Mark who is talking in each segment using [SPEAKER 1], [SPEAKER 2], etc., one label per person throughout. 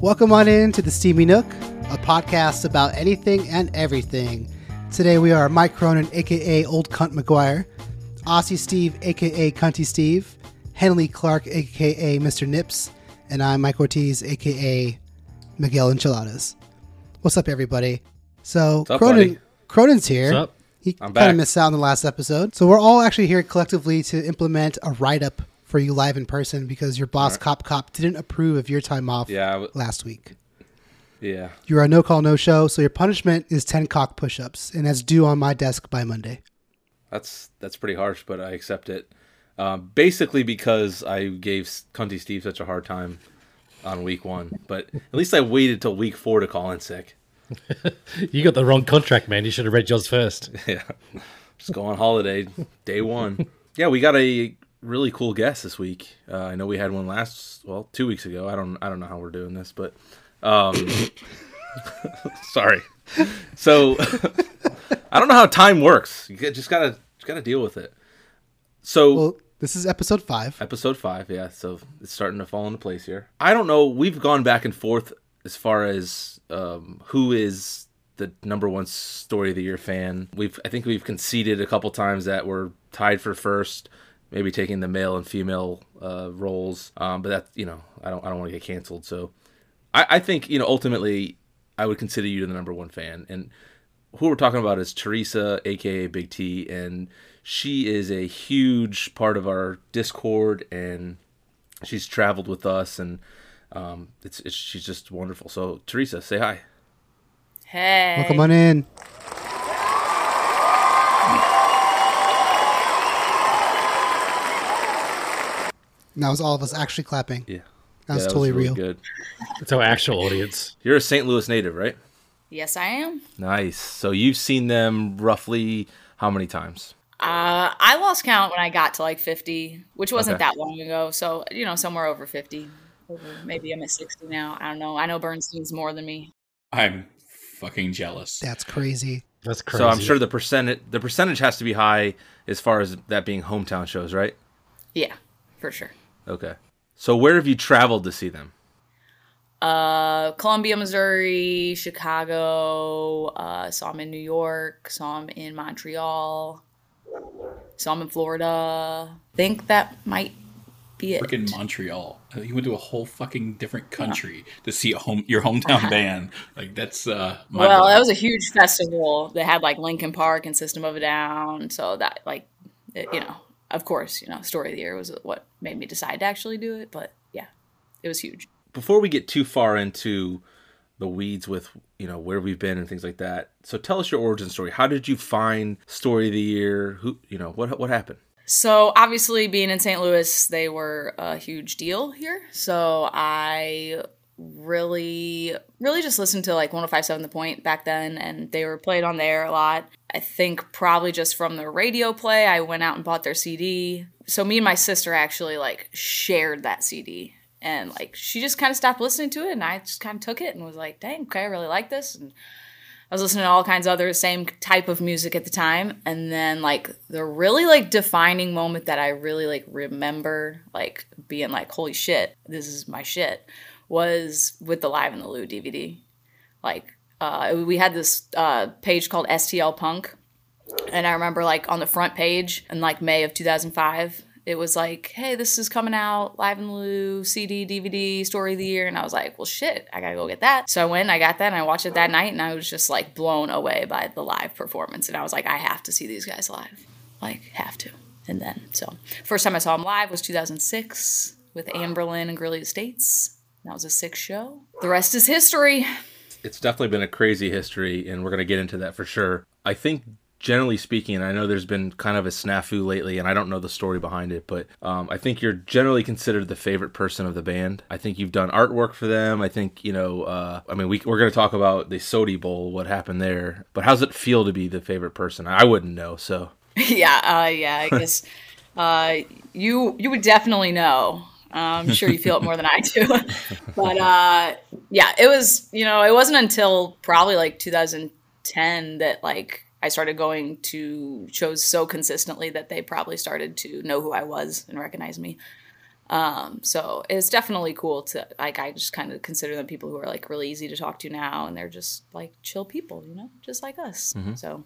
[SPEAKER 1] Welcome on in to the Steamy Nook, a podcast about anything and everything. Today we are Mike Cronin, aka Old Cunt McGuire, Aussie Steve, aka Cunty Steve, Henley Clark, aka Mr. Nips, and I'm Mike Ortiz, aka Miguel Enchiladas. What's up, everybody? So
[SPEAKER 2] up,
[SPEAKER 1] Cronin,
[SPEAKER 2] buddy?
[SPEAKER 1] Cronin's here.
[SPEAKER 2] What's up?
[SPEAKER 1] He
[SPEAKER 2] I'm
[SPEAKER 1] kind of
[SPEAKER 2] back.
[SPEAKER 1] missed out on the last episode, so we're all actually here collectively to implement a write-up for you live in person because your boss Cop Cop didn't approve of your time off
[SPEAKER 2] Yeah, I w-
[SPEAKER 1] last week.
[SPEAKER 2] yeah.
[SPEAKER 1] You are a no call, no show, so your punishment is 10 cock push ups, and that's due on my desk by Monday.
[SPEAKER 2] That's that's pretty harsh, but I accept it. Um, basically, because I gave S- Cunty Steve such a hard time on week one, but at least I waited till week four to call in sick.
[SPEAKER 3] You got the wrong contract, man. You should have read yours first.
[SPEAKER 2] Yeah, just go on holiday day one. Yeah, we got a really cool guest this week. Uh, I know we had one last, well, two weeks ago. I don't, I don't know how we're doing this, but um, sorry. So I don't know how time works. You get- just gotta, just gotta deal with it. So
[SPEAKER 1] Well, this is episode five.
[SPEAKER 2] Episode five, yeah. So it's starting to fall into place here. I don't know. We've gone back and forth as far as um, who is the number one story of the year fan. We've I think we've conceded a couple times that we're tied for first, maybe taking the male and female uh, roles. Um, but that you know, I don't I don't want to get canceled. So I, I think you know ultimately I would consider you the number one fan and who we're talking about is Teresa, aka Big T, and she is a huge part of our Discord, and she's traveled with us, and um, it's, it's she's just wonderful. So Teresa, say hi.
[SPEAKER 4] Hey.
[SPEAKER 1] Welcome on in. And That was all of us actually clapping.
[SPEAKER 2] Yeah,
[SPEAKER 1] That was totally
[SPEAKER 2] really
[SPEAKER 1] real.
[SPEAKER 2] Good.
[SPEAKER 3] It's our actual audience.
[SPEAKER 2] You're a St. Louis native, right?
[SPEAKER 4] Yes, I am.
[SPEAKER 2] Nice. So you've seen them roughly how many times?
[SPEAKER 4] Uh, I lost count when I got to like 50, which wasn't
[SPEAKER 2] Okay.
[SPEAKER 4] that long ago. So, you know, somewhere over 50. Over- Maybe I'm at 60 now. I don't know. I know Bernstein's more than me.
[SPEAKER 5] I'm fucking jealous.
[SPEAKER 1] That's crazy.
[SPEAKER 3] That's crazy.
[SPEAKER 2] So I'm sure the percentage the percentage has to be high as far as that being hometown shows, right?
[SPEAKER 4] Yeah, for sure.
[SPEAKER 2] Okay. So where have you traveled to see them?
[SPEAKER 4] Uh, Columbia, Missouri, Chicago. Uh, saw him in New York. Saw him in Montreal. Saw him in Florida. Think that might be it.
[SPEAKER 5] Freaking Montreal. I think He went to a whole fucking different country to see a home your hometown band. Like that's uh my
[SPEAKER 4] well,
[SPEAKER 5] bad.
[SPEAKER 4] that was a huge festival that had like Lincoln Park and System of a Down. So that like, it, you know, of course, you know, Story of the Year was what made me decide to actually do it. But yeah, it was huge.
[SPEAKER 2] before we get too far into the weeds with you know where we've been and things like that so tell us your origin story how did you find story of the year who you know what what happened
[SPEAKER 4] So obviously, being in St. Louis, they were a huge deal here. So I really, really just listened to like 105.7 The Point back then, and they were played on there a lot. I think probably just from the radio play, I went out and bought their CD. So me and my sister actually like shared that CD, and like she just kind of stopped listening to it, and I just kind of took it and was like, "Dang, okay, I really like this." And I was listening to all kinds of other same type of music at the time, and then like the really like defining moment that I really like remember like being like, "Holy shit, this is my shit," was with the Live in the Lou DVD. Like uh, we had this uh, page called STL Punk, and I remember like on the front page in like May of 2005, it was like, hey, this is coming out live in the Lou CD, DVD, story of the year. And I was like, well, shit, I gotta go get that. So I went, I got that, and I watched it that night, and I was just like blown away by the live performance. And I was like, I have to see these guys live. Like, have to. And then, so first time I saw them live was 2006 with Anne Berlin and Grilly Estates. That was a six show. The rest is history.
[SPEAKER 2] it's definitely been a crazy history and we're going to get into that for sure i think generally speaking i know there's been kind of a snafu lately and i don't know the story behind it but um, i think you're generally considered the favorite person of the band i think you've done artwork for them i think you know uh, i mean we, we're going to talk about the sodi bowl what happened there but how's it feel to be the favorite person i wouldn't know so
[SPEAKER 4] yeah, uh, yeah. I guess uh, you you would definitely know. I'm sure you feel it more than I do. but uh, yeah, it was you know it wasn't until probably like 2010 that like I started going to shows so consistently that they probably started to know who I was and recognize me. Um, so it's definitely cool to like. I just kind of consider them people who are like really easy to talk to now, and they're just like chill people, you know, just like us. So,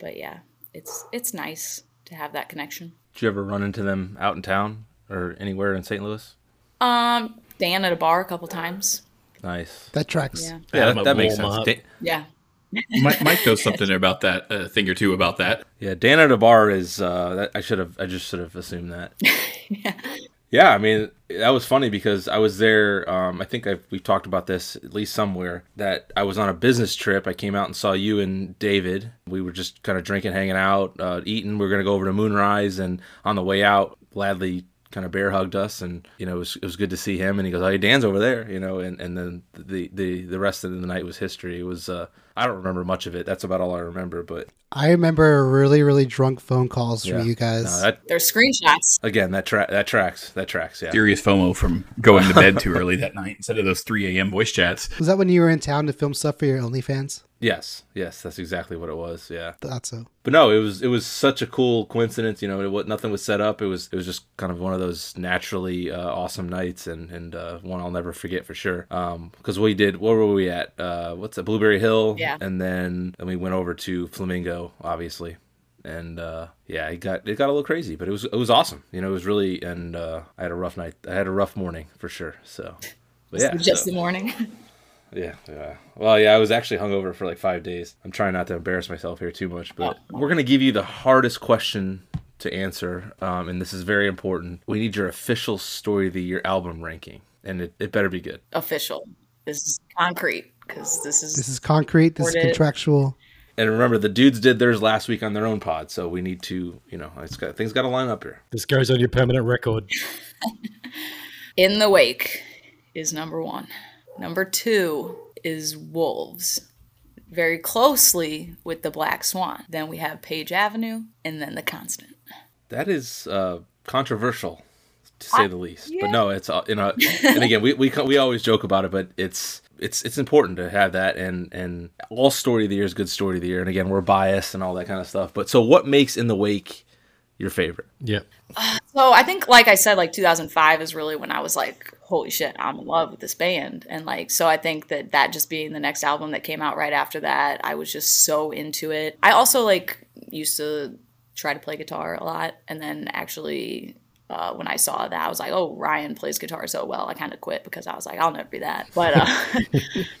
[SPEAKER 4] but yeah, it's it's nice to have that connection.
[SPEAKER 2] Did you ever run into them out in town or anywhere in St. Louis?
[SPEAKER 4] Um, Dan at a bar a couple times.
[SPEAKER 2] Nice.
[SPEAKER 1] That tracks.
[SPEAKER 4] Yeah,
[SPEAKER 2] Yeah,
[SPEAKER 3] I'm
[SPEAKER 2] that,
[SPEAKER 3] a
[SPEAKER 2] that makes sense.
[SPEAKER 3] warm-up.
[SPEAKER 2] Da-
[SPEAKER 4] yeah.
[SPEAKER 5] Mike, Mike knows something about that, a thing or two about that.
[SPEAKER 2] yeah, Dan at a bar is. Uh, that, I should have. I just should have assumed that. yeah. Yeah, I mean that was funny because I was there. Um, I think I've, we've talked about this at least somewhere. That I was on a business trip. I came out and saw you and David. We were just kind of drinking, hanging out, uh, eating. We were gonna go over to Moonrise, and on the way out, Gladly kind of bear hugged us and you know it was, it was good to see him and he goes oh hey, dan's over there you know and and then the the the rest of the night was history it was uh i don't remember much of it that's about all i remember but
[SPEAKER 1] I remember really, really drunk phone calls
[SPEAKER 2] yeah.
[SPEAKER 1] from you guys.
[SPEAKER 2] No, uh, that
[SPEAKER 4] There's screenshots.
[SPEAKER 2] again that track that tracks that tracks yeah
[SPEAKER 5] Serious FOMO from going to bed too early that night instead of those 3 a.m. voice chats.
[SPEAKER 1] Was that when you were in town to film stuff for your OnlyFans?
[SPEAKER 2] yes yes that's exactly what it was yeah
[SPEAKER 1] Thought so.
[SPEAKER 2] but no it was it was such a cool coincidence you know it was nothing was set up it was it was just kind of one of those naturally uh, awesome nights and and uh, one i'll never forget for sure um because we did where were we at uh what's it blueberry hill
[SPEAKER 4] Yeah.
[SPEAKER 2] and then and we went over to flamingo obviously and uh yeah it got it got a little crazy but it was it was awesome you know it was really and uh i had a rough night i had a rough morning for sure so but yeah
[SPEAKER 4] just
[SPEAKER 2] so-
[SPEAKER 4] the morning.
[SPEAKER 2] yeah, yeah. Well, yeah, I was actually hungover for like five days. I'm trying not to embarrass myself here too much, but Uh, we're gonna give you the hardest question to answer, um, and this is very important. We need your official story of the year album ranking, and it, it better be good.
[SPEAKER 4] Official. This is concrete because this is
[SPEAKER 1] This is concrete. This is
[SPEAKER 4] Recorded.
[SPEAKER 1] contractual.
[SPEAKER 2] And remember, the dudes did theirs last week on their own pod, so we need to, you know, it's got things got to line up here.
[SPEAKER 3] This goes on your permanent record.
[SPEAKER 4] In the Wake is number one. Number two is Wolves. Very closely with the Black Swan. Then we have Page Avenue and then the Constant.
[SPEAKER 2] That is uh, controversial, to say the least. But no, it's uh, you know, and again, we, we co- we always joke about it, but it's it's it's important to have that, and and all story of the year is good story of the year, and again, we're biased and all that kind of stuff. But so, what makes in the wake your favorite?
[SPEAKER 3] Yeah.
[SPEAKER 4] So I think, like I said, like 2005 is really when I was like, holy shit, I'm in love with this band. And like, so I think that that just being the next album that came out right after that, I was just so into it. I also like used to try to play guitar a lot. And then actually, uh, when I saw that, I was like, oh, Ryan plays guitar so well. I kind of quit because I was like, I'll never be that. But uh,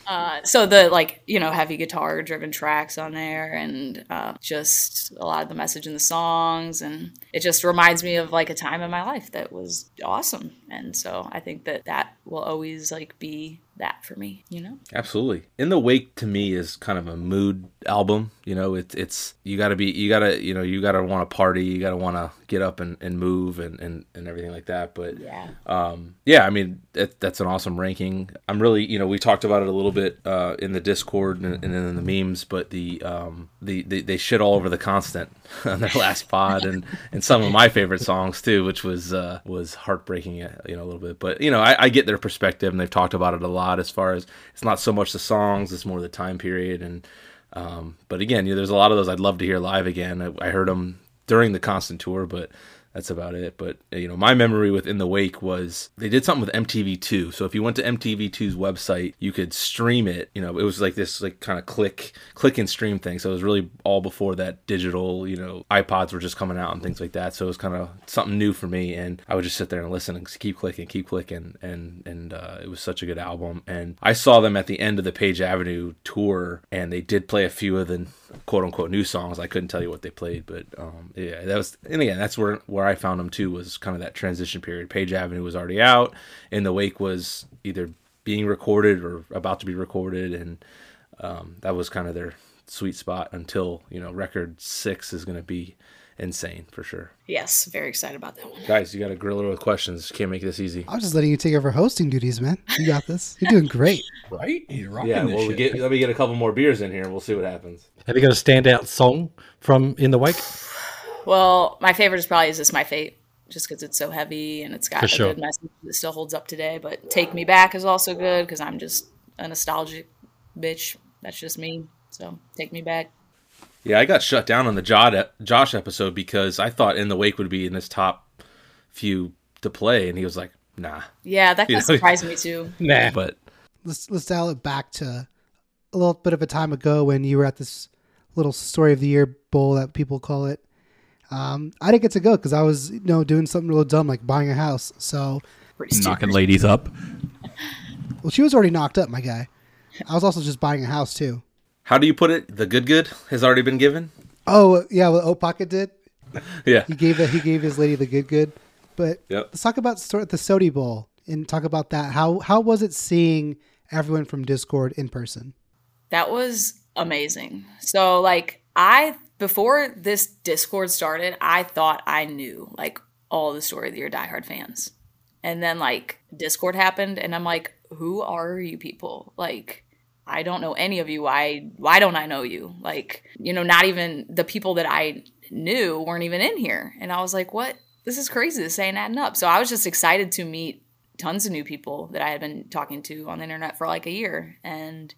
[SPEAKER 4] uh, so the like, you know, heavy guitar driven tracks on there and uh, just a lot of the message in the songs. And it just reminds me of like a time in my life that was awesome. And so I think that that will always like be that for me, you know?
[SPEAKER 2] Absolutely. In the Wake to me is kind of a mood album. You know, it's it's you gotta be you gotta you know, you gotta wanna party, you gotta wanna get up and, and move and, and, and everything like that. But
[SPEAKER 4] Yeah.
[SPEAKER 2] um yeah, I mean that, that's an awesome ranking. I'm really you know, we talked about it a little bit uh in the Discord and, and in the memes, but the um the, the they shit all over the constant on their last pod and and some of my favorite songs too, which was uh was heartbreaking uh, you know a little bit. But you know, I, I get their perspective and they've talked about it a lot as far as it's not so much the songs, it's more the time period and um, but again, you know, there's a lot of those I'd love to hear live again. I, I heard them during the constant tour, but that's about it. But you know, my memory with In the Wake was they did something with MTV2. So if you went to MTV2's website, you could stream it. You know, it was like this like kind of click click and stream thing. So it was really all before that digital. You know, iPods were just coming out and things like that. So it was kind of something new for me, and I would just sit there and listen and just keep clicking, keep clicking, and and uh, it was such a good album. And I saw them at the end of the Page Avenue tour, and they did play a few of the quote unquote new songs. I couldn't tell you what they played, but um, yeah, that was. And again, that's where where I found them too was kind of that transition period. Page Avenue was already out, and The Wake was either being recorded or about to be recorded, and um, that was kind of their sweet spot until you know record six is going to be insane for sure
[SPEAKER 4] Yes, very excited about that one.
[SPEAKER 2] guys you got to grill her with questions can't make this easy
[SPEAKER 1] I was just letting you take over hosting duties, man. You got this. You're doing great.
[SPEAKER 5] Right? He's rocking
[SPEAKER 2] yeah
[SPEAKER 5] this
[SPEAKER 2] well we
[SPEAKER 5] shit.
[SPEAKER 2] get, let me get a couple more beers in here and we'll see what happens
[SPEAKER 3] Have you got a standout song from In the Wake?
[SPEAKER 4] Well, my favorite is probably Is This My Fate? Just because it's so heavy and it's got
[SPEAKER 3] For
[SPEAKER 4] a
[SPEAKER 3] sure.
[SPEAKER 4] good message that still holds up today. But Take Me Back is also good because I'm just a nostalgic bitch. That's just me. So Take Me Back.
[SPEAKER 2] yeah i got shut down on the Jod- josh episode because i thought in the wake would be in this top few to play, and he was like, "Nah."
[SPEAKER 4] Yeah, that
[SPEAKER 2] You
[SPEAKER 4] kind of
[SPEAKER 2] know,
[SPEAKER 4] surprised me too.
[SPEAKER 3] Nah.
[SPEAKER 2] But
[SPEAKER 1] let's let's dial it back to a little bit of a time ago when you were at this little story of the year bowl that people call it. Um, I didn't get to go because I was you know doing something real dumb like buying a house. So
[SPEAKER 4] Pretty stupid.
[SPEAKER 5] Knocking ladies up.
[SPEAKER 1] well, she was already knocked up, my guy. I was also just buying a house too.
[SPEAKER 2] how do you put it? The good good has already been given.
[SPEAKER 1] Oh yeah, what Oat Pocket did.
[SPEAKER 2] Yeah.
[SPEAKER 1] He gave the, he gave his lady the good good. But
[SPEAKER 2] Yep.
[SPEAKER 1] let's talk about sort of the Sodi Bowl and talk about that. How how was it seeing everyone from Discord in person?
[SPEAKER 4] That was amazing. So like I before this Discord started, I thought I knew like all the story of your diehard fans. And then like Discord happened and I'm like, who are you people? Like I don't know any of you. I why don't I know you? Like, you know, not even the people that I knew weren't even in here. And I was like, what? This is crazy. This ain't adding up. So I was just excited to meet tons of new people that I had been talking to on the internet for like a year. And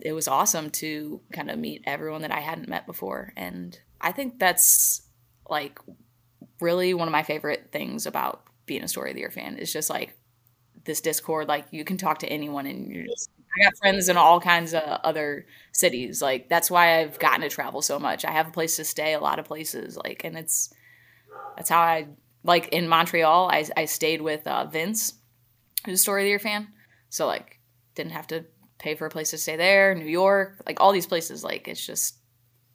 [SPEAKER 4] it was awesome to kind of meet everyone that I hadn't met before. And I think that's like really one of my favorite things about being a story of the year fan is just like this Discord, like you can talk to anyone and you're just I got friends in all kinds of other cities. Like that's why I've gotten to travel so much. I have a place to stay, a lot of places. Like and it's that's how I like in Montreal I I stayed with uh, Vince, who's a story of the year fan. So like didn't have to pay for a place to stay there, New York, like all these places. Like it's just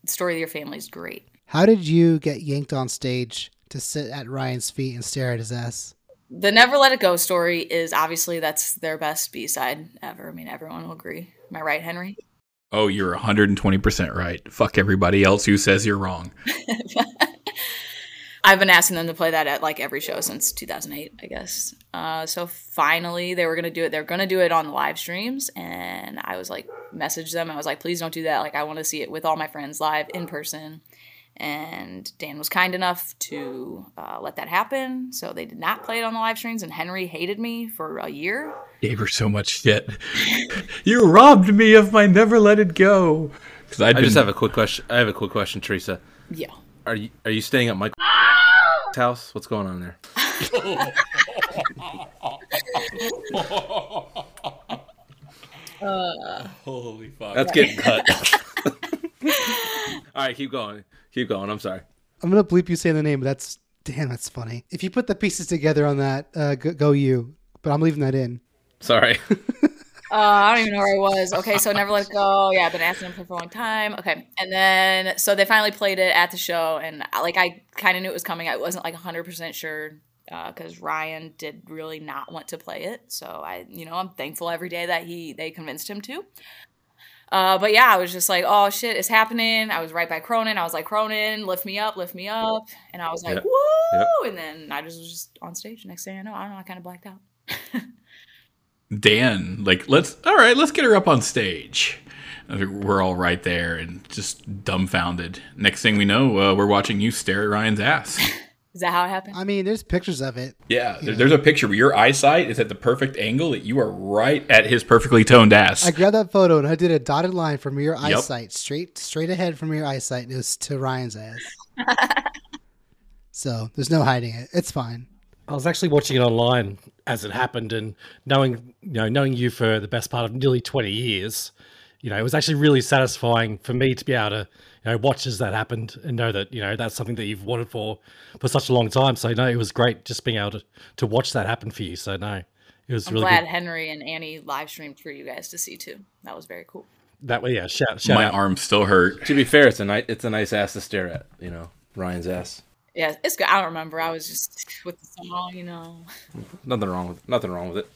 [SPEAKER 4] story of your family's great.
[SPEAKER 1] How did you get yanked on stage to sit at Ryan's feet and stare at his ass?
[SPEAKER 4] The Never Let It Go story is obviously that's their best B side ever. I mean, everyone will agree. Am I right, Henry?
[SPEAKER 5] Oh, you're 120% right. Fuck everybody else who says you're wrong.
[SPEAKER 4] I've been asking them to play that at like every show since 2008, I guess. Uh, so finally, they were gonna do it. They're gonna do it on live streams, and I was like, message them. I was like, please don't do that. Like, I want to see it with all my friends live in person. And Dan was kind enough to uh, let that happen. So they did not play it on the live streams, and Henry hated me for a year.
[SPEAKER 5] Gave her so much shit. you robbed me of my never let it go. Because I'd
[SPEAKER 2] I just
[SPEAKER 5] been-
[SPEAKER 2] have a quick question. I have a quick question, Teresa.
[SPEAKER 4] Yeah.
[SPEAKER 2] Are you are you staying at Michael's house? What's going on there?
[SPEAKER 5] Holy fuck.
[SPEAKER 2] That's getting cut. All right, keep going. Keep going. I'm sorry.
[SPEAKER 1] I'm gonna bleep you saying the name, but that's damn, that's funny. If you put the pieces together on that, uh, go, go you. But I'm leaving that in.
[SPEAKER 2] Sorry.
[SPEAKER 4] Uh, I don't even know where I was. Okay, so Never Let Go. Yeah, I've been asking them for a long time. Okay, and then so they finally played it at the show, and I- like I kind of knew it was coming. I wasn't like 100 percent sure because Ryan did really not want to play it. So I, you know, I'm thankful every day that he they convinced him to. Uh, but yeah, I was just like, oh shit, it's happening. I was right by Cronin. I was like, Cronin, lift me up, lift me up, and I was like,
[SPEAKER 2] Yep.
[SPEAKER 4] woo!
[SPEAKER 2] Yep.
[SPEAKER 4] And then I just was just on stage. Next thing I know, I don't know, I kind of blacked out.
[SPEAKER 5] Dan, like, let's, all right, let's get her up on stage. I think We're all right there and just dumbfounded. Next thing we know, uh, we're watching you stare at Ryan's ass.
[SPEAKER 4] Is that how it happened?
[SPEAKER 1] I mean, there's pictures of it.
[SPEAKER 5] Yeah, there- there's a picture where your eyesight is at the perfect angle that you are right at his perfectly toned ass.
[SPEAKER 1] I grabbed that photo and I did a dotted line from your eyesight, straight straight ahead from your eyesight, and it was to Ryan's ass. so there's no hiding it. It's fine.
[SPEAKER 3] I was actually watching it online as it happened, and knowing you know knowing you for the best part of nearly twenty years, you know it was actually really satisfying for me to be able to you know watch as that happened and know that you know that's something that you've wanted for for such a long time. So no, it was great just being able to to watch that happen for you. So no, it was
[SPEAKER 4] I'm
[SPEAKER 3] really
[SPEAKER 4] glad
[SPEAKER 3] good.
[SPEAKER 4] Henry and Annie live streamed for you guys to see too. That was very cool.
[SPEAKER 3] That way, yeah. Shout shout
[SPEAKER 5] My
[SPEAKER 3] out.
[SPEAKER 5] arm still hurt.
[SPEAKER 2] to be fair, it's a nice it's a nice ass to stare at. You know, Ryan's ass.
[SPEAKER 4] Yeah, it's good. I don't remember. I was just with the song, you know.
[SPEAKER 2] Nothing wrong with nothing wrong with it.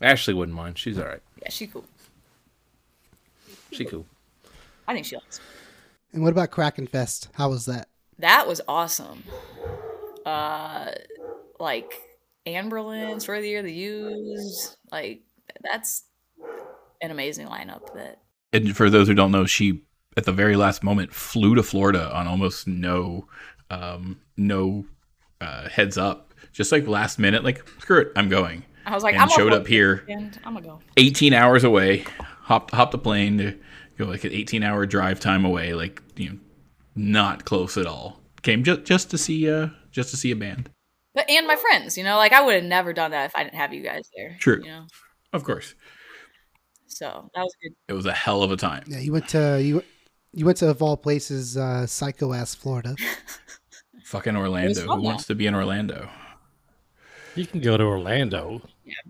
[SPEAKER 2] Ashley wouldn't mind. She's all right.
[SPEAKER 4] Yeah, she cool.
[SPEAKER 2] She cool.
[SPEAKER 4] I think she likes. me.
[SPEAKER 1] And what about Krakenfest? How was that?
[SPEAKER 4] That was awesome. Uh, like Anne Berlin, Story of the Year, The Used. Like that's an amazing lineup. That
[SPEAKER 5] And for those who don't know, she at the very last moment flew to Florida on almost no, um, no uh, heads up. Just like last minute, like screw it, I'm going.
[SPEAKER 4] I was like,
[SPEAKER 5] and
[SPEAKER 4] I'm
[SPEAKER 5] showed
[SPEAKER 4] gonna
[SPEAKER 5] up here.
[SPEAKER 4] And I'm gonna go.
[SPEAKER 5] 18 hours away, hopped hopped a plane to go like an 18 hour drive time away, like you know, not close at all. Came just just to see uh just to see a band.
[SPEAKER 4] But and my friends, you know, like I would have never done that if I didn't have you guys there.
[SPEAKER 5] True.
[SPEAKER 4] You know,
[SPEAKER 5] Of course,
[SPEAKER 4] so that was good.
[SPEAKER 5] it was a hell of a time.
[SPEAKER 1] Yeah, you went to you you went to of all places, uh, psycho ass Florida.
[SPEAKER 5] Fucking
[SPEAKER 4] was
[SPEAKER 5] Orlando.
[SPEAKER 4] fun,
[SPEAKER 5] Who wants to be in Orlando?
[SPEAKER 3] You can go to Orlando.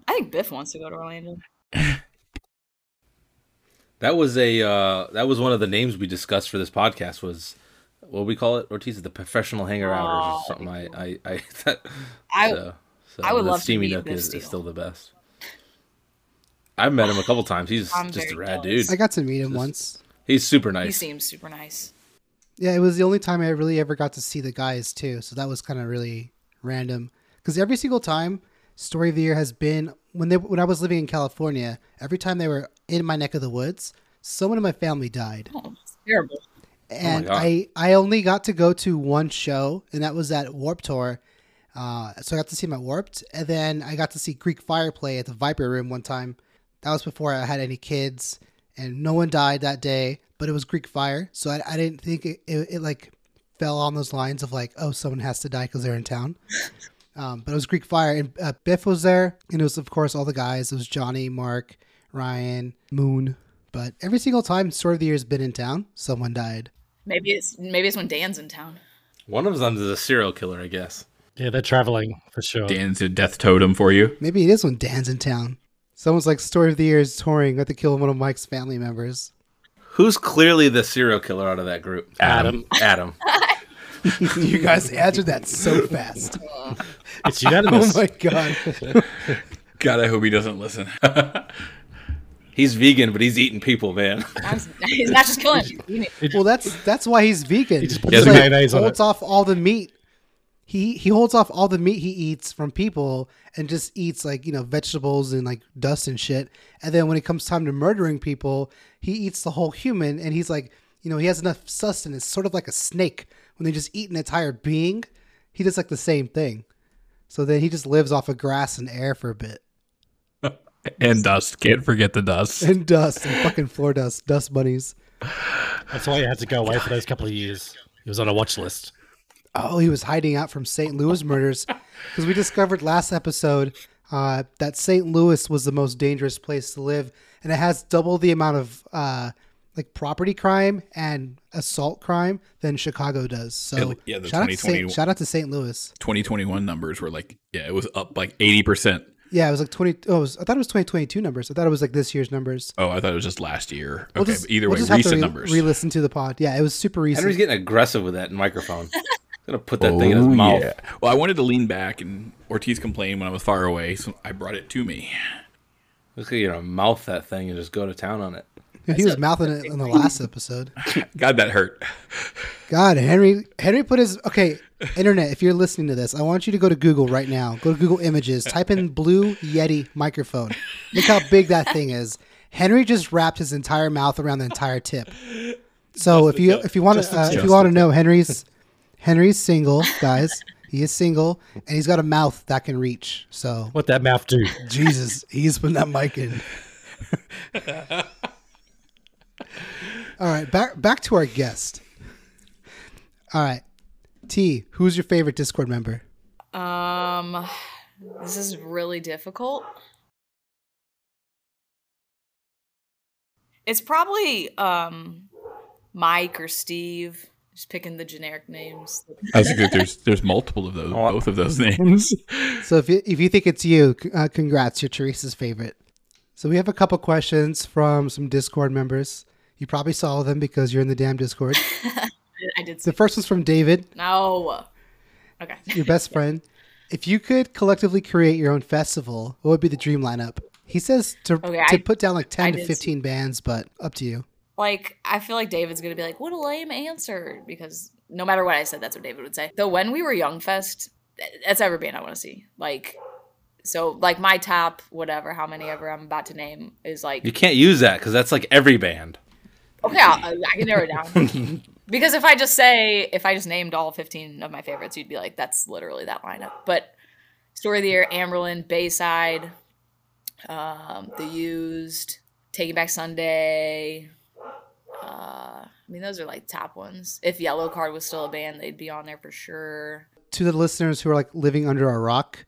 [SPEAKER 4] I think Biff wants to go to Orlando.
[SPEAKER 2] That was a uh, that was one of the names we discussed for this podcast was what we call it Ortiz the professional hanger outers
[SPEAKER 4] Oh,
[SPEAKER 2] or something. I I I, that,
[SPEAKER 4] I
[SPEAKER 2] so, so
[SPEAKER 4] I would
[SPEAKER 2] the
[SPEAKER 4] love to
[SPEAKER 2] steamy
[SPEAKER 4] meet
[SPEAKER 2] nook
[SPEAKER 4] Miss
[SPEAKER 2] is, is
[SPEAKER 4] Steele.
[SPEAKER 2] still the best. I've met him a couple times. He's
[SPEAKER 4] I'm
[SPEAKER 2] just a
[SPEAKER 4] very
[SPEAKER 2] rad
[SPEAKER 4] jealous.
[SPEAKER 2] dude.
[SPEAKER 1] I got to meet him once.
[SPEAKER 2] He's super
[SPEAKER 4] He
[SPEAKER 2] nice.
[SPEAKER 4] seems super nice.
[SPEAKER 1] Yeah, it was the only time I really ever got to see the guys too, so that was kind of really random. Because every single time, story of the year has been when they when I was living in California. Every time they were in my neck of the woods, someone in my family died,
[SPEAKER 4] Oh, it's terrible.
[SPEAKER 1] and
[SPEAKER 2] God.
[SPEAKER 1] I I only got to go to one show, and that was at Warp Tour. Uh, so I got to see my Warped, and then I got to see Greek Fire play at the Viper Room one time. That was before I had any kids, and no one died that day. But it was Greek Fire, so I, I didn't think it, it, it like fell on those lines of like, oh, someone has to die because they're in town. Um, but it was Greek Fire, and uh, Biff was there, and it was of course all the guys. It was Johnny, Mark, Ryan, Moon. But every single time, sort of the year's been in town, someone died.
[SPEAKER 4] Maybe it's maybe it's when Dan's in town.
[SPEAKER 2] One of them is a serial killer, I guess.
[SPEAKER 3] Yeah, they're traveling for sure.
[SPEAKER 5] Dan's a death totem for you.
[SPEAKER 1] Maybe it is when Dan's in town. Someone's like, story of the year is touring. Got to kill one of Mike's family members.
[SPEAKER 2] Who's clearly the serial killer out of that group? Um,
[SPEAKER 3] Adam.
[SPEAKER 2] Adam.
[SPEAKER 1] you guys answered that so fast.
[SPEAKER 3] It's
[SPEAKER 1] Oh
[SPEAKER 3] unanimous.
[SPEAKER 1] my god.
[SPEAKER 5] God, I hope he doesn't listen.
[SPEAKER 2] He's vegan, but he's eating people, man.
[SPEAKER 4] That's- He's not just killing. people. You need-
[SPEAKER 1] Well, that's that's why he's vegan. He
[SPEAKER 3] just puts
[SPEAKER 2] the
[SPEAKER 3] mayonnaise on
[SPEAKER 1] holds
[SPEAKER 3] it.
[SPEAKER 1] off all the meat. He he holds off all the meat he eats from people and just eats like you know vegetables and like dust and shit. And then when it comes time to murdering people, he eats the whole human. And he's like, you know, he has enough sustenance, sort of like a snake when they just eat an entire being. He does like the same thing. So then he just lives off of grass and air for a bit
[SPEAKER 5] and dust. Can't forget the dust.
[SPEAKER 1] and dust and fucking floor dust, dust bunnies.
[SPEAKER 3] That's why he had to go away for those couple of years. He was on a watch list.
[SPEAKER 1] Oh, he was hiding out from St. Louis murders because we discovered last episode uh, that St. Louis was the most dangerous place to live, and it has double the amount of uh, like property crime and assault crime than Chicago does. So
[SPEAKER 5] It- yeah, the
[SPEAKER 1] shout, out to St.
[SPEAKER 5] 2021
[SPEAKER 1] shout out to St. Louis.
[SPEAKER 5] 2021 numbers were like, yeah, it was up like 80%.
[SPEAKER 1] Yeah, it was like twenty. Oh, it was, I thought it was twenty twenty two numbers. I thought it was like this year's numbers.
[SPEAKER 5] Oh, I thought it was just last year.
[SPEAKER 1] We'll
[SPEAKER 5] okay,
[SPEAKER 1] just-
[SPEAKER 5] but either
[SPEAKER 1] we'll
[SPEAKER 5] way,
[SPEAKER 1] just
[SPEAKER 5] recent
[SPEAKER 1] have to re-
[SPEAKER 5] numbers.
[SPEAKER 1] Re-listen to the pod. Yeah, it was super recent.
[SPEAKER 2] Henry's getting aggressive with that microphone. Gonna put that thing in
[SPEAKER 5] Oh,
[SPEAKER 2] his mouth.
[SPEAKER 5] Well, I wanted to lean back, and Ortiz complained when I was far away, so I brought it to me.
[SPEAKER 2] Look at you know, mouth that thing and just go to town on it.
[SPEAKER 1] he was mouthing it in the last episode.
[SPEAKER 5] God, that hurt.
[SPEAKER 1] God, Henry, Henry put his okay. Internet, if you're listening to this, I want you to go to Google right now. Go to Google Images. Type in blue Yeti microphone. Look how big that thing is. Henry just wrapped his entire mouth around the entire tip. So if you if you want to uh, if you want to know Henry's Henry's single guys, he is single and he's got a mouth that can reach. So
[SPEAKER 3] What that mouth do?
[SPEAKER 1] Jesus, he's putting that mic in. All right, back back to our guest. All right, T, who's your favorite Discord member?
[SPEAKER 4] Um, this is really difficult. It's probably um Mike or Steve. Just picking the generic names.
[SPEAKER 5] I was thinking there's there's multiple of those,
[SPEAKER 2] Oh, I-
[SPEAKER 5] both of those names.
[SPEAKER 1] So if you, if you think it's you, c- uh, congrats, you're Teresa's favorite. So we have a couple questions from some Discord members. You probably saw them because you're in the damn Discord.
[SPEAKER 4] I did
[SPEAKER 1] The
[SPEAKER 4] say
[SPEAKER 1] first one's from David,
[SPEAKER 4] no. Okay.
[SPEAKER 1] your best friend. If you could collectively create your own festival, what would be the dream lineup? He says to,
[SPEAKER 4] Okay,
[SPEAKER 1] to
[SPEAKER 4] I-
[SPEAKER 1] put down like 10
[SPEAKER 4] I
[SPEAKER 1] to
[SPEAKER 4] did
[SPEAKER 1] 15 bands, but up to you.
[SPEAKER 4] Like, I feel like David's gonna be like, "What a lame answer!" Because no matter what I said, that's what David would say. Though when we were young fest, th- that's every band I want to see. Like, so like my top whatever, how many ever I'm about to name is like
[SPEAKER 2] You can't use that because that's like every band.
[SPEAKER 4] Okay, I'll, uh, I can narrow it down. because if I just say, if I just named all 15 of my favorites, you'd be like, that's literally that lineup. But Story of the Year, Amberlin, Bayside, um, The Used, Taking Back Sunday, uh, I mean, those are like top ones. If Yellow Card was still a band, they'd be on there for sure.
[SPEAKER 1] to the listeners who are like living under a rock,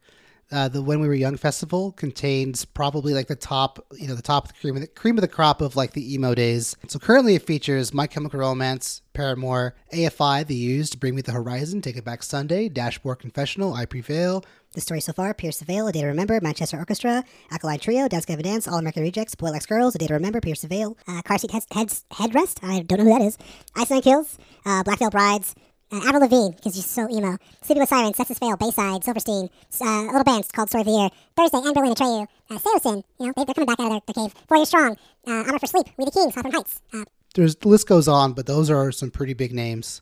[SPEAKER 1] uh, the When We Were Young festival contains probably like the top, you know, the top of the cream of the cream of the crop of like the emo days. So currently it features My Chemical Romance, Paramore, AFI, The Used, Bring Me the Horizon, Take It Back Sunday, Dashboard Confessional, I Prevail,
[SPEAKER 6] The Story So Far, Pierce the Veil, A Day to Remember, Manchester Orchestra, Acolyte Trio, Dance Gavin Dance, All American Rejects, Boy Likes Girls, A Day to Remember, Pierce the Veil. Uh, car Seat heads, heads, Headrest, I don't know who that is. Ice Nine Kills, uh, Black Veil Brides, uh, Avril Lavigne, because she's so emo. Sleeping with Sirens, Sexes Fail, Bayside, Silverstein, s- uh, little bands called Story of the Year, Thursday, Anne Berlin, Atreyu, uh, Seosin, you know, they, they're coming back out of their, their cave, Four Years Strong, uh, Armor for Sleep, We the Kings, Hawthorne Heights, uh,
[SPEAKER 1] there's the list goes on, but those are some pretty big names.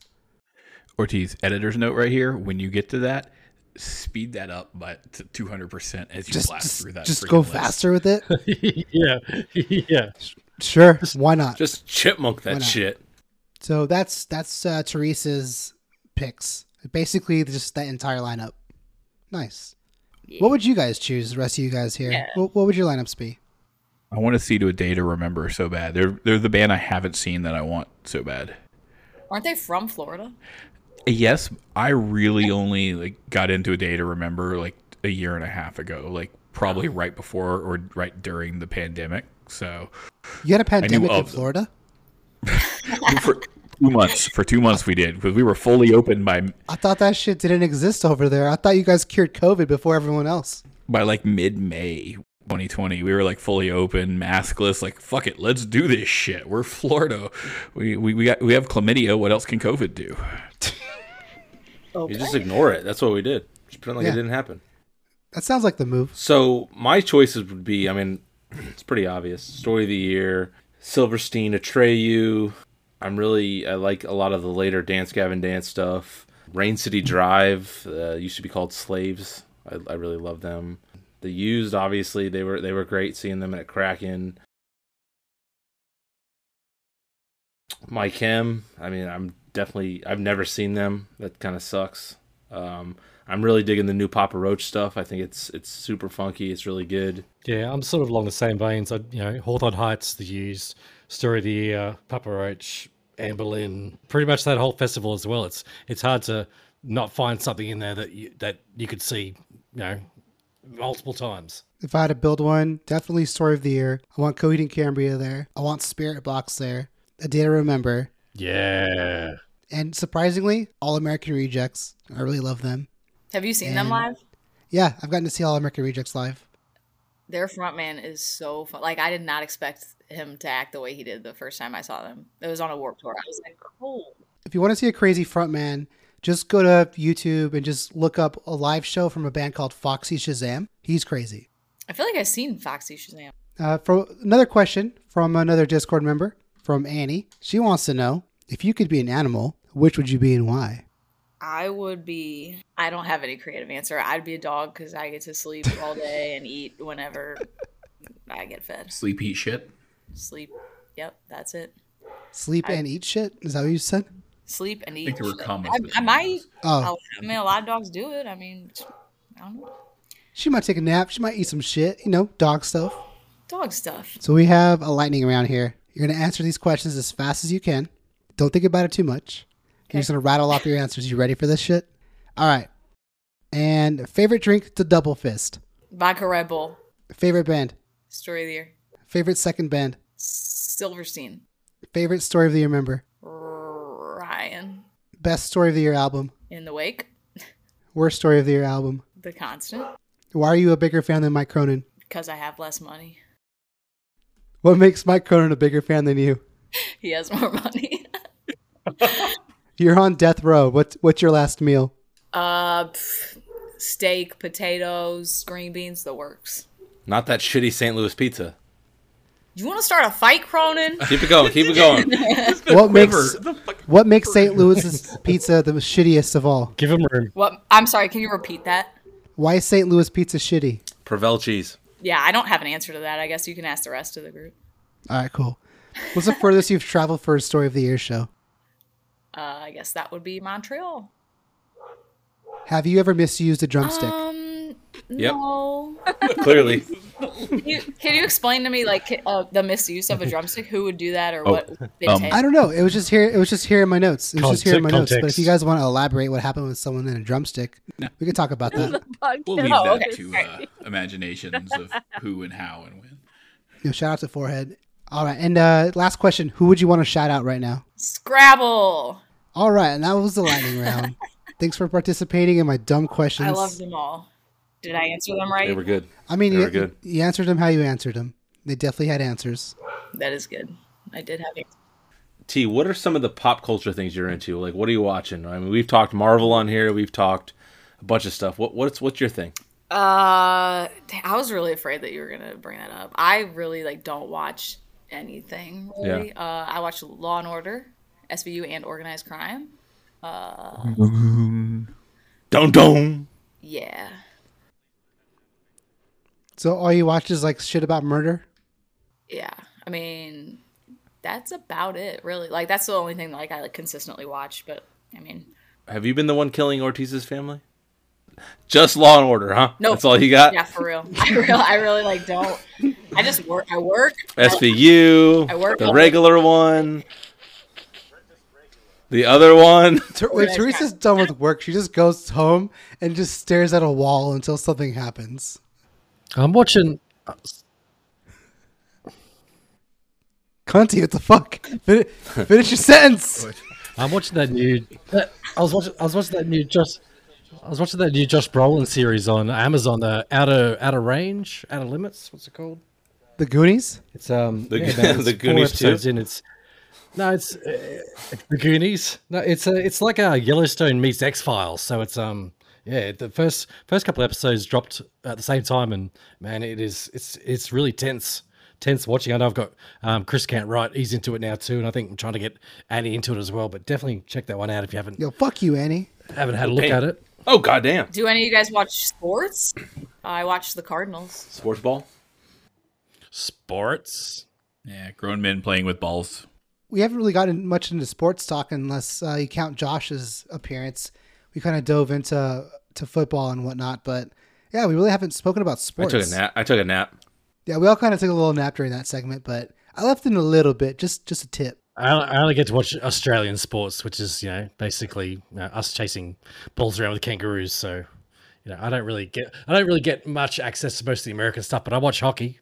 [SPEAKER 5] Ortiz, editor's note right here. When you get to that, speed that up by two hundred percent as you
[SPEAKER 1] Just
[SPEAKER 5] blast
[SPEAKER 1] just,
[SPEAKER 5] through that.
[SPEAKER 1] just
[SPEAKER 5] freaking
[SPEAKER 1] go
[SPEAKER 5] list.
[SPEAKER 1] faster with it.
[SPEAKER 3] yeah, yeah.
[SPEAKER 1] sure, why not?
[SPEAKER 2] Just chipmunk that shit.
[SPEAKER 1] So that's that's uh, Teresa's picks. Basically, just that entire lineup. Nice. What would you guys choose? The rest of you guys here. What, what would your lineups be?
[SPEAKER 5] I want to see to a day to remember so bad. They're they're the band I haven't seen that I want so bad.
[SPEAKER 4] Aren't they from Florida?
[SPEAKER 5] Yes, I really only like got into a day to remember like a year and a half ago, like probably right before or right during the pandemic. So
[SPEAKER 1] You had a pandemic in
[SPEAKER 5] of them.
[SPEAKER 1] Florida.
[SPEAKER 5] for two months, for two months we did because we were fully open by
[SPEAKER 1] I thought that shit didn't exist over there. I thought you guys cured COVID before everyone else.
[SPEAKER 5] by like mid May 2020. We were like fully open, maskless, like fuck it, let's do this shit. We're Florida. We we, we got we have chlamydia. What else can COVID do?
[SPEAKER 2] You just ignore it. That's what we did. Just pretend like
[SPEAKER 1] Yeah.
[SPEAKER 2] it didn't happen.
[SPEAKER 1] That sounds like the move.
[SPEAKER 2] So my choices would be, I mean, it's pretty obvious. Story of the year, Silverstein, Atreyu. I'm really, I like a lot of the later Dance Gavin Dance stuff. Rain City Drive uh, used to be called Slaves. I, I really love them. The Used, obviously, they were they were great. Seeing them at Kraken. My Chem. I mean, I'm definitely I've never seen them. That kind of sucks. Um, I'm really digging the new Papa Roach stuff. I think it's it's super funky. It's really good.
[SPEAKER 3] Yeah, I'm sort of along the same veins. I, you know, Hawthorne Heights, The Used, Story of the Year, Papa Roach, Anne Boleyn, pretty much that whole festival as well. It's it's hard to not find something in there that you, that you could see, you know, multiple times.
[SPEAKER 1] If I had to build one, definitely Story of the Year. I want Coheed and Cambria there. I want Spirit Box there. A Day to Remember.
[SPEAKER 3] Yeah.
[SPEAKER 1] And surprisingly, All American Rejects. I really love them.
[SPEAKER 4] Have you seen them live?
[SPEAKER 1] Yeah, I've gotten to see All American Rejects live.
[SPEAKER 4] Their frontman is so fun. Like I did not expect him to act the way he did the first time I saw them. It was on a warp tour. I was like, cool.
[SPEAKER 1] if you want to see a crazy frontman, just go to YouTube and just look up a live show from a band called Foxy Shazam. He's crazy.
[SPEAKER 4] I feel like I've seen Foxy Shazam.
[SPEAKER 1] Uh, for another question from another Discord member from Annie, she wants to know if you could be an animal, which would you be and why?
[SPEAKER 4] I would be. I don't have any creative answer. I'd be a dog because I get to sleep all day and eat whenever I get fed.
[SPEAKER 5] Sleep eat shit.
[SPEAKER 4] Sleep. Yep, that's it.
[SPEAKER 1] Sleep and eat shit. Is that what you said?
[SPEAKER 4] Sleep and eat.
[SPEAKER 5] think there were
[SPEAKER 4] shit.
[SPEAKER 5] comments
[SPEAKER 4] I-
[SPEAKER 5] that
[SPEAKER 4] I
[SPEAKER 5] you
[SPEAKER 4] might.
[SPEAKER 1] Oh,
[SPEAKER 4] I mean, a lot of dogs do it. I mean, I don't know.
[SPEAKER 1] she might take a nap. She might eat some shit. You know, dog stuff.
[SPEAKER 4] Dog stuff.
[SPEAKER 1] So we have a lightning round here. You're gonna answer these questions as fast as you can. Don't think about it too much. You're just gonna rattle off your answers. You ready for this shit? All right. And favorite drink to double fist.
[SPEAKER 4] Vodka Red Bull.
[SPEAKER 1] Favorite band.
[SPEAKER 4] Story of the year.
[SPEAKER 1] Favorite second band.
[SPEAKER 4] Silverstein.
[SPEAKER 1] Favorite story of the year member.
[SPEAKER 4] Ryan.
[SPEAKER 1] Best story of the year album.
[SPEAKER 4] In the wake.
[SPEAKER 1] Worst story of the year album.
[SPEAKER 4] The constant.
[SPEAKER 1] Why are you a bigger fan than Mike Cronin?
[SPEAKER 4] Because I have less money.
[SPEAKER 1] What makes Mike Cronin a bigger fan than you?
[SPEAKER 4] He has more money.
[SPEAKER 1] You're on death row. What's what's your last meal?
[SPEAKER 4] uh, pff, steak, potatoes, green beans, the works.
[SPEAKER 2] Not that shitty St. Louis pizza.
[SPEAKER 4] You want to start a fight, Cronin?
[SPEAKER 2] Keep it going. Keep it going.
[SPEAKER 1] What makes
[SPEAKER 5] Quiver. The fuck-
[SPEAKER 1] what makes St. Louis's pizza the shittiest of all?
[SPEAKER 3] Give him room.
[SPEAKER 4] what? I'm sorry. Can you repeat that?
[SPEAKER 1] Why is St. Louis pizza shitty?
[SPEAKER 2] Provel cheese.
[SPEAKER 4] Yeah, I don't have an answer to that. I guess you can ask the rest of the group.
[SPEAKER 1] All right, cool. What's the furthest you've traveled for a story of the year show?
[SPEAKER 4] Uh, I guess that would be Montreal.
[SPEAKER 1] Have you ever misused a drumstick?
[SPEAKER 4] Um,
[SPEAKER 2] Yep.
[SPEAKER 4] no.
[SPEAKER 2] Clearly,
[SPEAKER 4] you, can you explain to me like uh, the misuse of a drumstick? Who would do that, or what? would it
[SPEAKER 5] um,
[SPEAKER 4] take?
[SPEAKER 1] I don't know. It was just here. It was just here in my notes. It was just here in my notes.
[SPEAKER 3] Context-
[SPEAKER 1] But if
[SPEAKER 3] context.
[SPEAKER 1] you guys want to elaborate what happened with someone in a drumstick, we could talk about that.
[SPEAKER 5] We'll leave
[SPEAKER 4] Oh,
[SPEAKER 5] that
[SPEAKER 4] okay.
[SPEAKER 5] to uh, imaginations of who and how and when.
[SPEAKER 1] You know, shout out to Forehead. All right, and uh, last question: Who would you want to shout out right now?
[SPEAKER 4] Scrabble.
[SPEAKER 1] All right, and that was the lightning round. Thanks for participating in my dumb questions.
[SPEAKER 4] I love them all. Did I answer them
[SPEAKER 2] They
[SPEAKER 4] right?
[SPEAKER 2] were good.
[SPEAKER 1] I mean,
[SPEAKER 2] They
[SPEAKER 1] you,
[SPEAKER 2] were good.
[SPEAKER 1] you answered them how you answered them. They definitely had answers.
[SPEAKER 4] That is good. I did have it.
[SPEAKER 2] T, what are some of the pop culture things you're into? Like, what are you watching? I mean, we've talked Marvel on here. We've talked a bunch of stuff. What what's what's your thing?
[SPEAKER 4] Uh, t- I was really afraid that you were gonna bring that up. I really like don't watch anything really. Uh, I watch Law and Order, SVU, and Organized Crime.
[SPEAKER 2] Don't don't.
[SPEAKER 4] Yeah,
[SPEAKER 1] So all you watch is like shit about murder.
[SPEAKER 4] yeah. I mean, that's about it really. Like that's the only thing like I like consistently watch. But I mean,
[SPEAKER 2] Have you been the one killing Ortiz's family? Just Law and Order, huh?
[SPEAKER 4] No.
[SPEAKER 2] that's all you got.
[SPEAKER 4] yeah, for real. I really, I really like don't. I just work. I work.
[SPEAKER 2] SVU,
[SPEAKER 4] I work
[SPEAKER 2] the
[SPEAKER 4] on-
[SPEAKER 2] regular one, the other one.
[SPEAKER 1] Ter- when
[SPEAKER 4] Yeah,
[SPEAKER 1] Teresa's done with work, she just goes home and just stares at a wall until something happens.
[SPEAKER 3] I'm watching.
[SPEAKER 1] Cunty, what the fuck? Fin- finish your sentence.
[SPEAKER 3] I'm watching that new. That, I was watching. I was watching that new Josh. I was watching that new Josh Brolin series on Amazon. Uh, outer Outer Range, Outer Limits. What's it called?
[SPEAKER 1] The Goonies.
[SPEAKER 3] It's um
[SPEAKER 2] The-
[SPEAKER 3] yeah, man,
[SPEAKER 2] the
[SPEAKER 3] it's four
[SPEAKER 2] Goonies too?
[SPEAKER 3] episodes in. It's no, it's uh, the Goonies. No, it's a, it's like a Yellowstone meets X Files. So it's um yeah, the first first couple episodes dropped at the same time, and man, it is it's it's really tense. Tense watching. I know I've got um, Chris Cant right. He's into it now too, and I think I'm trying to get Annie into it as well. But definitely check that one out if you haven't
[SPEAKER 1] Yo, fuck you, Annie.
[SPEAKER 3] haven't had a look
[SPEAKER 2] Hey.
[SPEAKER 3] at it.
[SPEAKER 2] Oh goddamn!
[SPEAKER 4] Do any of you guys watch sports? Uh, I watch the Cardinals.
[SPEAKER 2] Sports ball.
[SPEAKER 3] Sports.
[SPEAKER 5] Yeah, grown men playing with balls.
[SPEAKER 1] We haven't really gotten much into sports talk unless uh, you count Josh's appearance. We kind of dove into to football and whatnot, but yeah, we really haven't spoken about sports.
[SPEAKER 2] I took a nap. I took a nap.
[SPEAKER 1] Yeah, we all kind of took a little nap during that segment, but I left in a little bit, just just a tip.
[SPEAKER 3] I only, I only get to watch Australian sports, which is you know basically you know, us chasing balls around with kangaroos. So you know I don't really get I don't really get much access to most of the American stuff, but I watch hockey.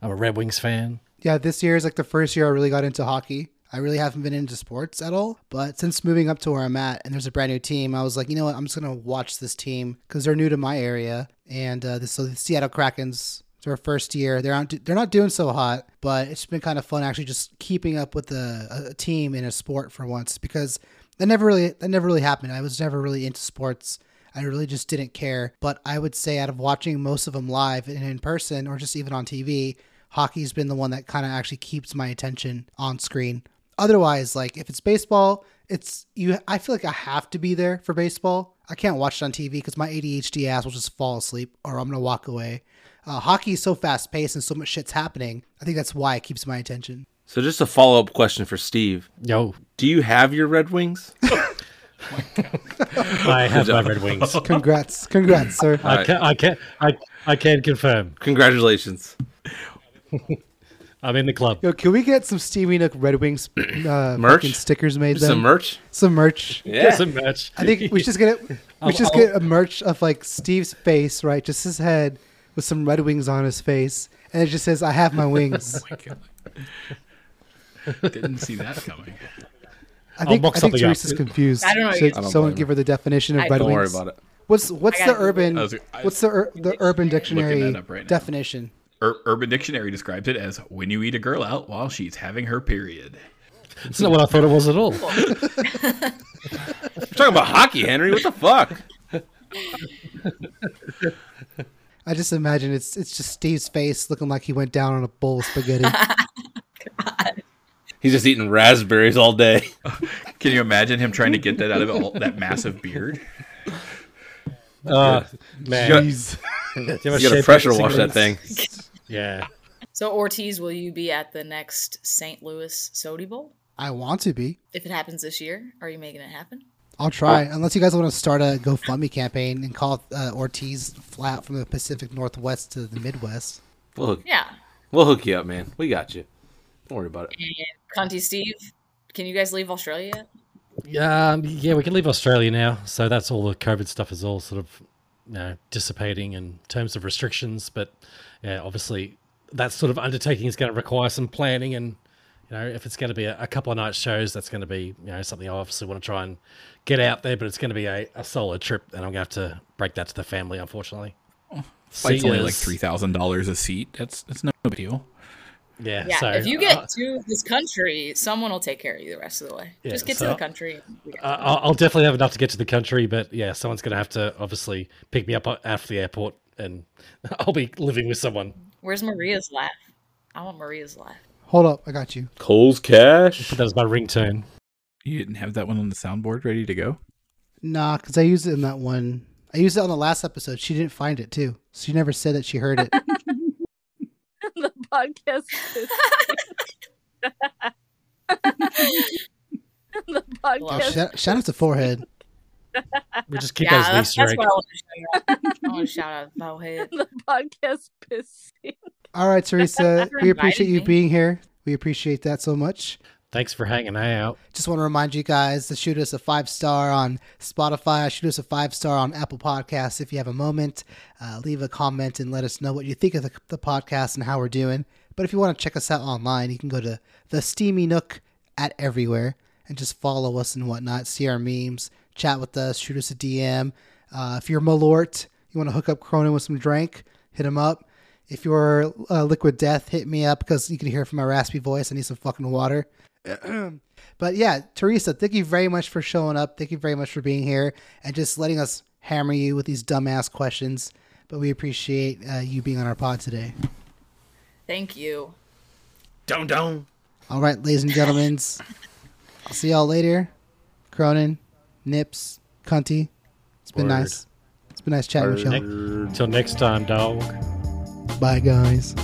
[SPEAKER 3] I'm a Red Wings fan.
[SPEAKER 1] Yeah, this year is like the first year I really got into hockey. I really haven't been into sports at all. But since moving up to where I'm at and there's a brand new team, I was like, you know what? I'm just going to watch this team because they're new to my area. And uh, this, so the Seattle Kraken's it's their first year. They're, not they're not doing so hot, but it's been kind of fun actually just keeping up with a, a team in a sport for once because that never really that never really happened. I was never really into sports. I really just didn't care. But I would say out of watching most of them live and in person or just even on TV, hockey's been the one that kind of actually keeps my attention on screen. Otherwise, like if it's baseball, it's you I feel like I have to be there for baseball. I can't watch it on TV because my ADHD ass will just fall asleep or I'm gonna walk away. Uh, hockey is so fast paced and so much shit's happening. I think that's why it keeps my attention.
[SPEAKER 2] So just a follow up question for Steve.
[SPEAKER 3] Yo,
[SPEAKER 2] Do you have your Red Wings?
[SPEAKER 3] I have my Red Wings.
[SPEAKER 1] Congrats, congrats, sir.
[SPEAKER 3] I can I can I, I can confirm.
[SPEAKER 2] Congratulations.
[SPEAKER 3] I'm in the club.
[SPEAKER 1] Yo, can we get some Stevie Nook Red Wings uh,
[SPEAKER 2] Merch?
[SPEAKER 1] fucking stickers made? Then?
[SPEAKER 2] Some merch.
[SPEAKER 1] Some merch.
[SPEAKER 2] Yeah.
[SPEAKER 3] Yes, a match.
[SPEAKER 1] I think we should just get it. We
[SPEAKER 3] I'll-
[SPEAKER 1] should just get a merch of like Steve's face, right? Just his head with some Red Wings on his face, and it just says, "I have my wings."
[SPEAKER 5] My God. Didn't see that coming.
[SPEAKER 1] I think, I
[SPEAKER 3] mock
[SPEAKER 1] think
[SPEAKER 3] something up.
[SPEAKER 1] Teresa's confused.
[SPEAKER 4] I don't know.
[SPEAKER 1] Should
[SPEAKER 4] I
[SPEAKER 2] don't
[SPEAKER 1] someone
[SPEAKER 2] blame
[SPEAKER 1] give her the definition of
[SPEAKER 4] I-
[SPEAKER 1] Red
[SPEAKER 2] Don't worry
[SPEAKER 1] Wings?
[SPEAKER 2] about it.
[SPEAKER 1] What's what's
[SPEAKER 4] I
[SPEAKER 1] the
[SPEAKER 4] gotta Google
[SPEAKER 1] urban?
[SPEAKER 5] I was- I-
[SPEAKER 1] what's the ur- the Urban Dictionary
[SPEAKER 5] that up right now.
[SPEAKER 1] definition?
[SPEAKER 5] Ur- Urban Dictionary describes it as when you eat a girl out while she's having her period.
[SPEAKER 3] It's not what I thought it was at all.
[SPEAKER 2] We're talking about hockey, Henry. What the fuck?
[SPEAKER 1] I just imagine it's it's just Steve's face looking like he went down on a bowl of spaghetti.
[SPEAKER 2] He's just eating raspberries all day.
[SPEAKER 5] Can you imagine him trying to get that out of all, that massive beard?
[SPEAKER 3] Uh, man,
[SPEAKER 1] Jeez.
[SPEAKER 3] Do you have a
[SPEAKER 2] You gotta
[SPEAKER 3] shape
[SPEAKER 2] pressure
[SPEAKER 3] of
[SPEAKER 2] wash that
[SPEAKER 3] cigarettes?
[SPEAKER 2] thing.
[SPEAKER 3] Yeah,
[SPEAKER 4] So Ortiz, will you be at the next St. Louis Sodi Bowl?
[SPEAKER 1] I want to be.
[SPEAKER 4] If it happens this year, are you making it happen?
[SPEAKER 1] I'll try, unless you guys want to start a GoFundMe campaign and call uh, Ortiz flat from the Pacific Northwest to the Midwest.
[SPEAKER 2] We'll hook,
[SPEAKER 4] Yeah.
[SPEAKER 2] we'll hook you up, man. We got you. Don't worry about it.
[SPEAKER 4] Cunty Steve, can you guys leave Australia yet?
[SPEAKER 3] Yeah, um, yeah, we can leave Australia now. So that's all the COVID stuff is all sort of you know, dissipating in terms of restrictions. But yeah, obviously that sort of undertaking is going to require some planning, and you know if it's going to be a, a couple of night shows, that's going to be you know something I obviously want to try and get out there. But it's going to be a, a solo trip, and I'm going to have to break that to the family, unfortunately.
[SPEAKER 5] Flight's only like
[SPEAKER 3] yes.
[SPEAKER 5] three thousand dollars a seat. That's that's no big deal.
[SPEAKER 3] Yeah.
[SPEAKER 4] Yeah.
[SPEAKER 3] so,
[SPEAKER 4] if you
[SPEAKER 3] uh,
[SPEAKER 4] get to this country, someone will take care of you the rest of the way.
[SPEAKER 3] Yeah,
[SPEAKER 4] Just get
[SPEAKER 3] so-
[SPEAKER 4] to the country.
[SPEAKER 3] I- Uh, I'll I'll definitely have enough to get to the country, but yeah, someone's going to have to obviously pick me up o- out of the airport, and I'll be living with someone.
[SPEAKER 4] Where's Maria's laugh? I want Maria's laugh.
[SPEAKER 1] Hold up, I got you.
[SPEAKER 2] Cole's cash.
[SPEAKER 3] Put that as my ringtone.
[SPEAKER 5] You didn't have that one on the soundboard ready to go.
[SPEAKER 1] Nah, because I used it in that one. I used it on the last episode. She didn't find it too. She never said that she heard it.
[SPEAKER 7] the podcast. Is, the
[SPEAKER 1] Oh,
[SPEAKER 7] podcast.
[SPEAKER 1] shout, shout out to Forehead.
[SPEAKER 3] We just keep
[SPEAKER 4] yeah,
[SPEAKER 3] those
[SPEAKER 4] that's,
[SPEAKER 3] as an Easter
[SPEAKER 4] that's what
[SPEAKER 3] egg.
[SPEAKER 4] I want to shout out. I want to shout out Bowhead.
[SPEAKER 7] the podcast pissing.
[SPEAKER 1] All right, Teresa,
[SPEAKER 4] For
[SPEAKER 1] we appreciate
[SPEAKER 4] inviting
[SPEAKER 1] you
[SPEAKER 4] me.
[SPEAKER 1] being here. We appreciate that so much.
[SPEAKER 3] Thanks for hanging out.
[SPEAKER 1] Just want to remind you guys to shoot us a five star on Spotify. Shoot us a five star on Apple Podcasts if you have a moment. Uh, leave a comment and let us know what you think of the, the podcast and how we're doing. But if you want to check us out online, you can go to the Steamy Nook at everywhere and just follow us and whatnot. See our memes, chat with us, shoot us a DM. Uh, if you're Malort, you want to hook up Cronin with some drink, hit him up. If you're uh, Liquid Death, hit me up because you can hear from my raspy voice. I need some fucking water. But yeah, Teresa, thank you very much for showing up. Thank you very much for being here and just letting us hammer you with these dumbass questions. But we appreciate uh, you being on our pod today.
[SPEAKER 4] Thank you.
[SPEAKER 2] Don't don't.
[SPEAKER 1] All right, ladies and gentlemen, I'll see y'all later. Cronin, Nips, Cunty, it's been
[SPEAKER 3] Word.
[SPEAKER 1] nice. It's been nice chatting with y'all.
[SPEAKER 3] Till next time, dog.
[SPEAKER 1] Bye, guys.